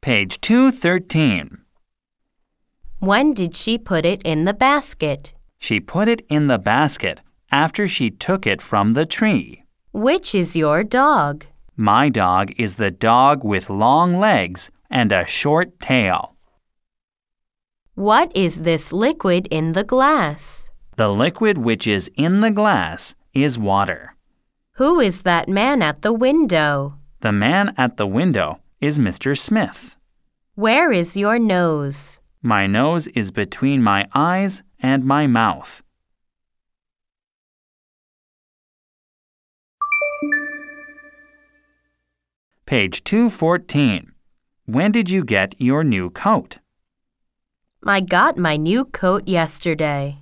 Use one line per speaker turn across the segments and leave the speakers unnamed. Page 213.
When did she put it in the basket?
She put it in the basket after she took it from the tree.
Which is your dog?
My dog is the dog with long legs and a short tail.
What is this liquid in the glass?
The liquid which is in the glass is water.
Who is that man at the window?
The man at the window is Mr. Smith.
Where is your nose?
My nose is between my eyes and my mouth. Page 214. When did you get your new coat?
I got my new coat yesterday.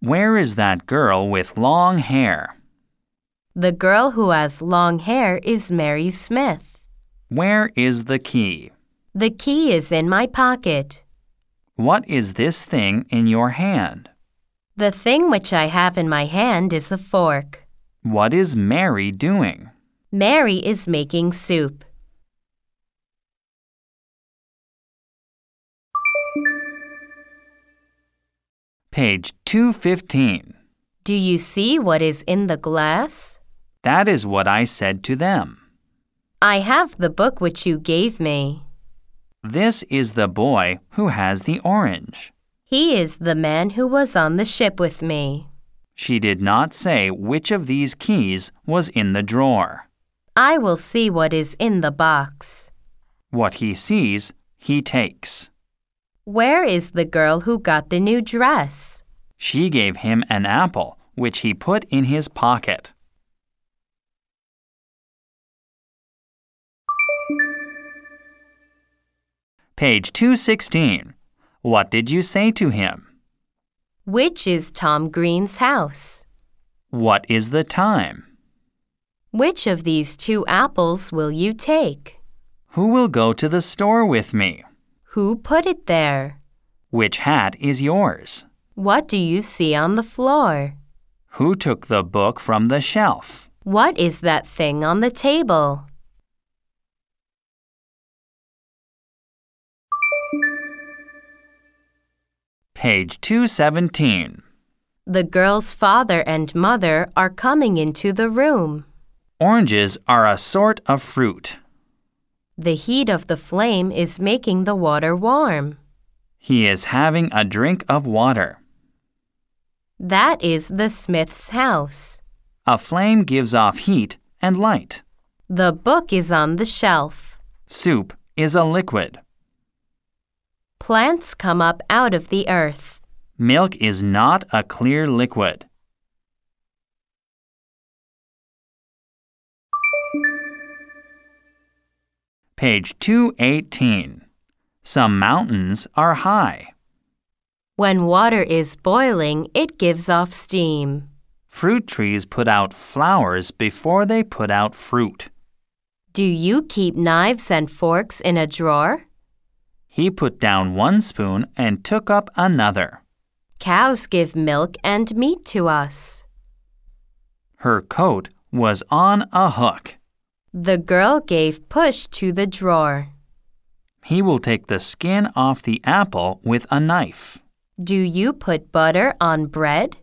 Where is that girl with long hair?
The girl who has long hair is Mary Smith.
Where is the key?
The key is in my pocket.
What is this thing in your hand?
The thing which I have in my hand is a fork.
What is Mary doing?
Mary is making soup.
Page 215.
Do you see what is in the glass?
That is what I said to them.
I have the book which you gave me.
This is the boy who has the orange.
He is the man who was on the ship with me.
She did not say which of these keys was in the drawer.
I will see what is in the box.
What he sees, he takes.
Where is the girl who got the new dress?
She gave him an apple, which he put in his pocket. Page 216. What did you say to him?
Which is Tom Green's house?
What is the time?
Which of these two apples will you take?
Who will go to the store with me?
Who put it there?
Which hat is yours?
What do you see on the floor?
Who took the book from the shelf?
What is that thing on the table?
Page 217.
The girl's father and mother are coming into the room.
Oranges are a sort of fruit.
The heat of the flame is making the water warm.
He is having a drink of water.
That is the Smith's house.
A flame gives off heat and light.
The book is on the shelf.
Soup is a liquid.
Plants come up out of the earth.
Milk is not a clear liquid. Page 218. Some mountains are high.
When water is boiling, it gives off steam.
Fruit trees put out flowers before they put out fruit.
Do you keep knives and forks in a drawer?
He put down one spoon and took up another.
Cows give milk and meat to us.
Her coat was on a hook.
The girl gave push to the drawer.
He will take the skin off the apple with a knife.
Do you put butter on bread?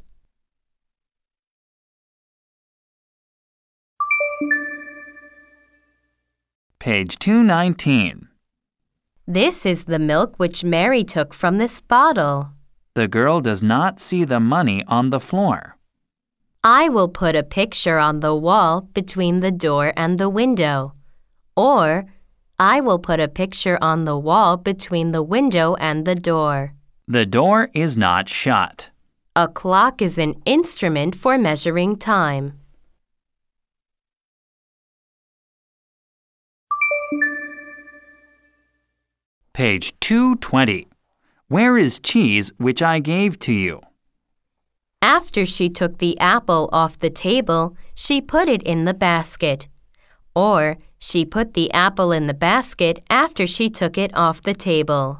Page 219.
This is the milk which Mary took from this bottle.
The girl does not see the money on the floor.
I will put a picture on the wall between the door and the window. Or, I will put a picture on the wall between the window and the door.
The door is not shut.
A clock is an instrument for measuring time.
Page 220. Where is cheese which I gave to you?
After she took the apple off the table, she put it in the basket. Or, she put the apple in the basket after she took it off the table.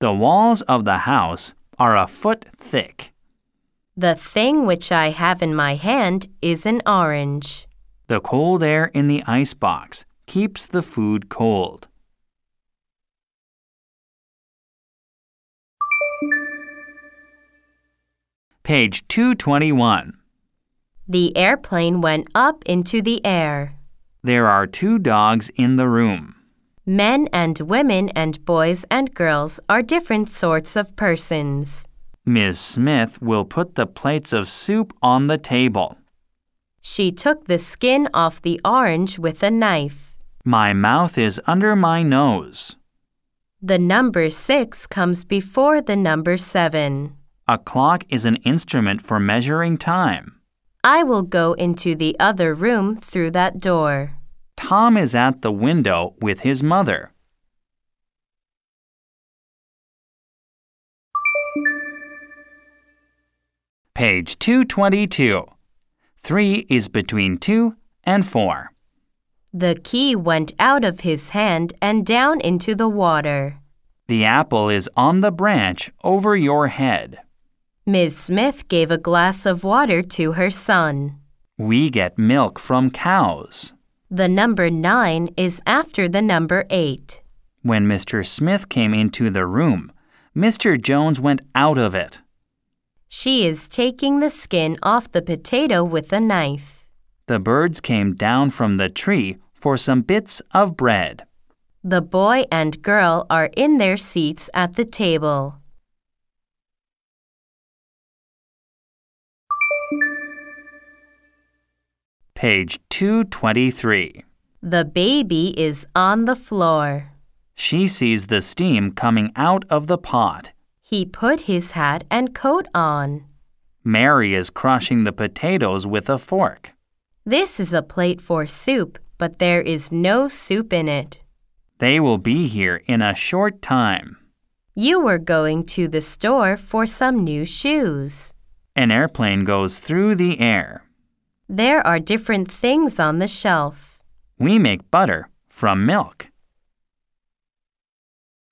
The walls of the house are a foot thick.
The thing which I have in my hand is an orange.
The cold air in the icebox keeps the food cold. Page 221.
The airplane went up into the air.
There are two dogs in the room.
Men and women and boys and girls are different sorts of persons.
Ms. Smith will put the plates of soup on the table.
She took the skin off the orange with a knife.
My mouth is under my nose.
The number six comes before the number seven.
A clock is an instrument for measuring time.
I will go into the other room through that door.
Tom is at the window with his mother. Page 222. 3 is between 2 and 4.
The key went out of his hand and down into the water.
The apple is on the branch over your head.
Ms. Smith gave a glass of water to her son.
We get milk from cows.
The number nine is after the number eight.
When Mr. Smith came into the room, Mr. Jones went out of it.
She is taking the skin off the potato with a knife.
The birds came down from the tree for some bits of bread.
The boy and girl are in their seats at the table.
Page 223.
The baby is on the floor.
She sees the steam coming out of the pot.
He put his hat and coat on.
Mary is crushing the potatoes with a fork.
This is a plate for soup, but there is no soup in it.
They will be here in a short time.
You were going to the store for some new shoes.
An airplane goes through the air.
There are different things on the shelf.
We make butter from milk.